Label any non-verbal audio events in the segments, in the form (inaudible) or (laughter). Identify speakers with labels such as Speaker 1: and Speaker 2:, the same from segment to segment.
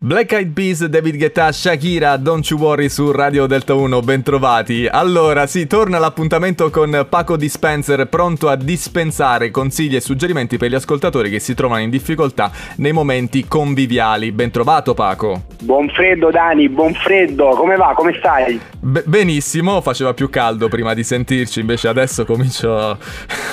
Speaker 1: Black Eyed Peas, David Guetta, Shakira, Don't You Worry su Radio Delta 1, bentrovati. Allora, sì, torna l'appuntamento con Paco Dispenser, pronto a dispensare consigli e suggerimenti per gli ascoltatori che si trovano in difficoltà nei momenti conviviali. Bentrovato Paco.
Speaker 2: Buon freddo Dani, buon freddo, come va? Come stai?
Speaker 1: Be- benissimo, faceva più caldo prima di sentirci, invece adesso comincio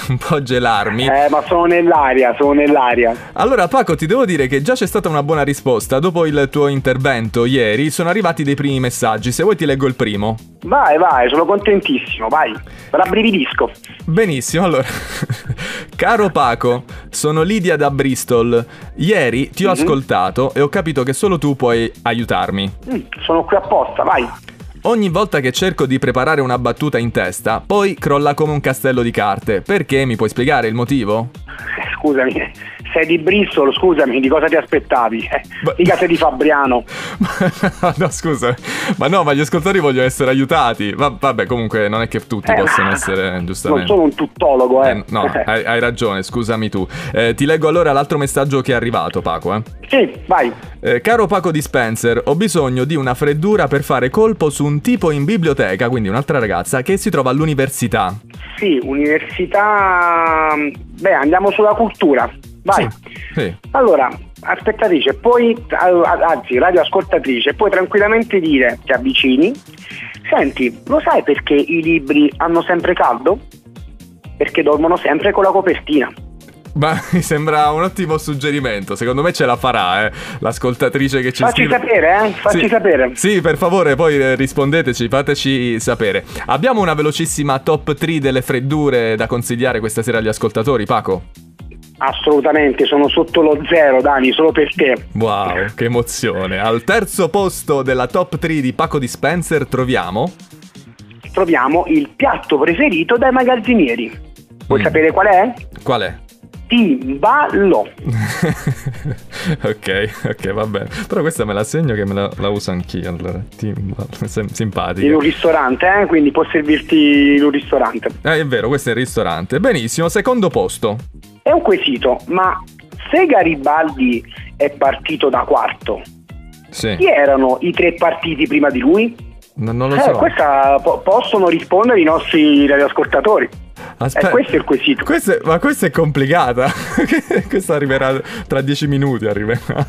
Speaker 1: un po' a (laughs) gelarmi.
Speaker 2: Eh, ma sono nell'aria, sono nell'aria.
Speaker 1: Allora Paco, ti devo dire che già c'è stata una buona risposta. Dopo il tuo intervento ieri sono arrivati dei primi messaggi, se vuoi ti leggo il primo.
Speaker 2: Vai, vai, sono contentissimo, vai. Rabbrividisco.
Speaker 1: Benissimo, allora. (laughs) Caro Paco, sono Lidia da Bristol. Ieri ti ho
Speaker 2: Mhm.
Speaker 1: ascoltato e ho capito che solo tu puoi aiutarmi.
Speaker 2: Mm, sono qui apposta, vai.
Speaker 1: Ogni volta che cerco di preparare una battuta in testa, poi crolla come un castello di carte. Perché mi puoi spiegare il motivo? (laughs)
Speaker 2: Eh, Scusami, sei di Bristol, scusami, di cosa ti aspettavi? Eh,
Speaker 1: Ma-
Speaker 2: Mica sei di Fabriano.
Speaker 1: no, scusa, ma no, ma gli ascoltatori vogliono essere aiutati. Va- vabbè, comunque non è che tutti
Speaker 2: Eh,
Speaker 1: possono essere,
Speaker 2: (laughs) Non
Speaker 1: giustamente.
Speaker 2: sono un tuttologo, eh.
Speaker 1: Eh, no, hai, hai ragione, scusami tu. Eh, ti leggo allora l'altro messaggio che è arrivato, Paco. eh.
Speaker 2: Sì, vai.
Speaker 1: Eh, caro Paco Dispenser, ho bisogno di una freddura per fare colpo su un tipo in biblioteca, quindi un'altra ragazza, che si trova all'università.
Speaker 2: Sì, università... mm, Beh, andiamo sulla cultura. Vai.
Speaker 1: Sì, sì.
Speaker 2: Allora, aspettatrice, poi, anzi, radioascoltatrice, puoi tranquillamente dire, ti avvicini, senti, lo sai perché i libri hanno sempre caldo? Perché dormono sempre con la copertina.
Speaker 1: Ma (laughs) mi sembra un ottimo suggerimento, secondo me ce la farà, eh, l'ascoltatrice che ci
Speaker 2: Facci
Speaker 1: scrive.
Speaker 2: sapere, eh, facci
Speaker 1: Sì.
Speaker 2: sapere.
Speaker 1: Sì, per favore, poi eh, rispondeteci, fateci sapere. Abbiamo una velocissima top 3 delle freddure da consigliare questa sera agli ascoltatori, Paco.
Speaker 2: Assolutamente, sono sotto lo zero, Dani, solo per te.
Speaker 1: Wow, che emozione. Al terzo posto della top 3 di Paco Dispenser troviamo...
Speaker 2: Troviamo il piatto preferito dai magazzinieri. Vuoi
Speaker 1: Mm.
Speaker 2: sapere qual è?
Speaker 1: Qual è?
Speaker 2: Timballo.
Speaker 1: (laughs) ok, ok, va bene. Però questa me la segno che me la, la uso anch'io. Allora, Timbal, sim-
Speaker 2: In
Speaker 1: simpatica.
Speaker 2: un ristorante, eh? quindi può servirti in un ristorante.
Speaker 1: Eh, è vero, questo è il ristorante. Benissimo, secondo posto.
Speaker 2: È un quesito, ma se Garibaldi è partito da quarto,
Speaker 1: Sì,
Speaker 2: chi erano i tre partiti prima di lui?
Speaker 1: non, non lo
Speaker 2: eh,
Speaker 1: so.
Speaker 2: questa po- possono rispondere i nostri radioascoltatori. (laughs)
Speaker 1: Aspe-
Speaker 2: eh, questo è il quesito.
Speaker 1: Questo è- ma questa è complicata. (laughs) questa arriverà tra dieci minuti. Arriverà. (laughs)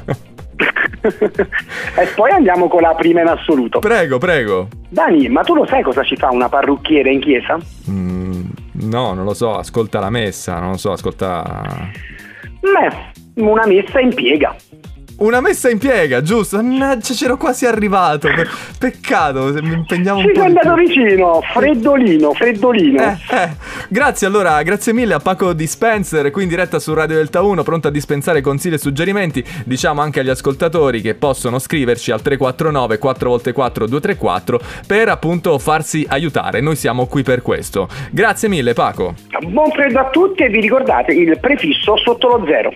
Speaker 2: e poi andiamo con la prima in assoluto.
Speaker 1: Prego, prego.
Speaker 2: Dani, ma tu lo sai cosa ci fa una parrucchiera in chiesa?
Speaker 1: Mm, no, non lo so. Ascolta la messa. Non lo so, ascolta.
Speaker 2: Beh, una messa in piega.
Speaker 1: Una messa in piega, giusto? Mannaggia, c'ero quasi arrivato. Pe- peccato, se mi impegniamo un
Speaker 2: Ci
Speaker 1: po'.
Speaker 2: sei
Speaker 1: di
Speaker 2: andato
Speaker 1: più.
Speaker 2: vicino, freddolino, freddolino.
Speaker 1: Eh, eh. Grazie allora, grazie mille a Paco Dispenser qui in diretta su Radio Delta 1, pronto a dispensare consigli e suggerimenti. Diciamo anche agli ascoltatori che possono scriverci al 349 4x4 234 per appunto farsi aiutare. Noi siamo qui per questo. Grazie mille Paco.
Speaker 2: Buon freddo a tutti e vi ricordate il prefisso sotto lo zero.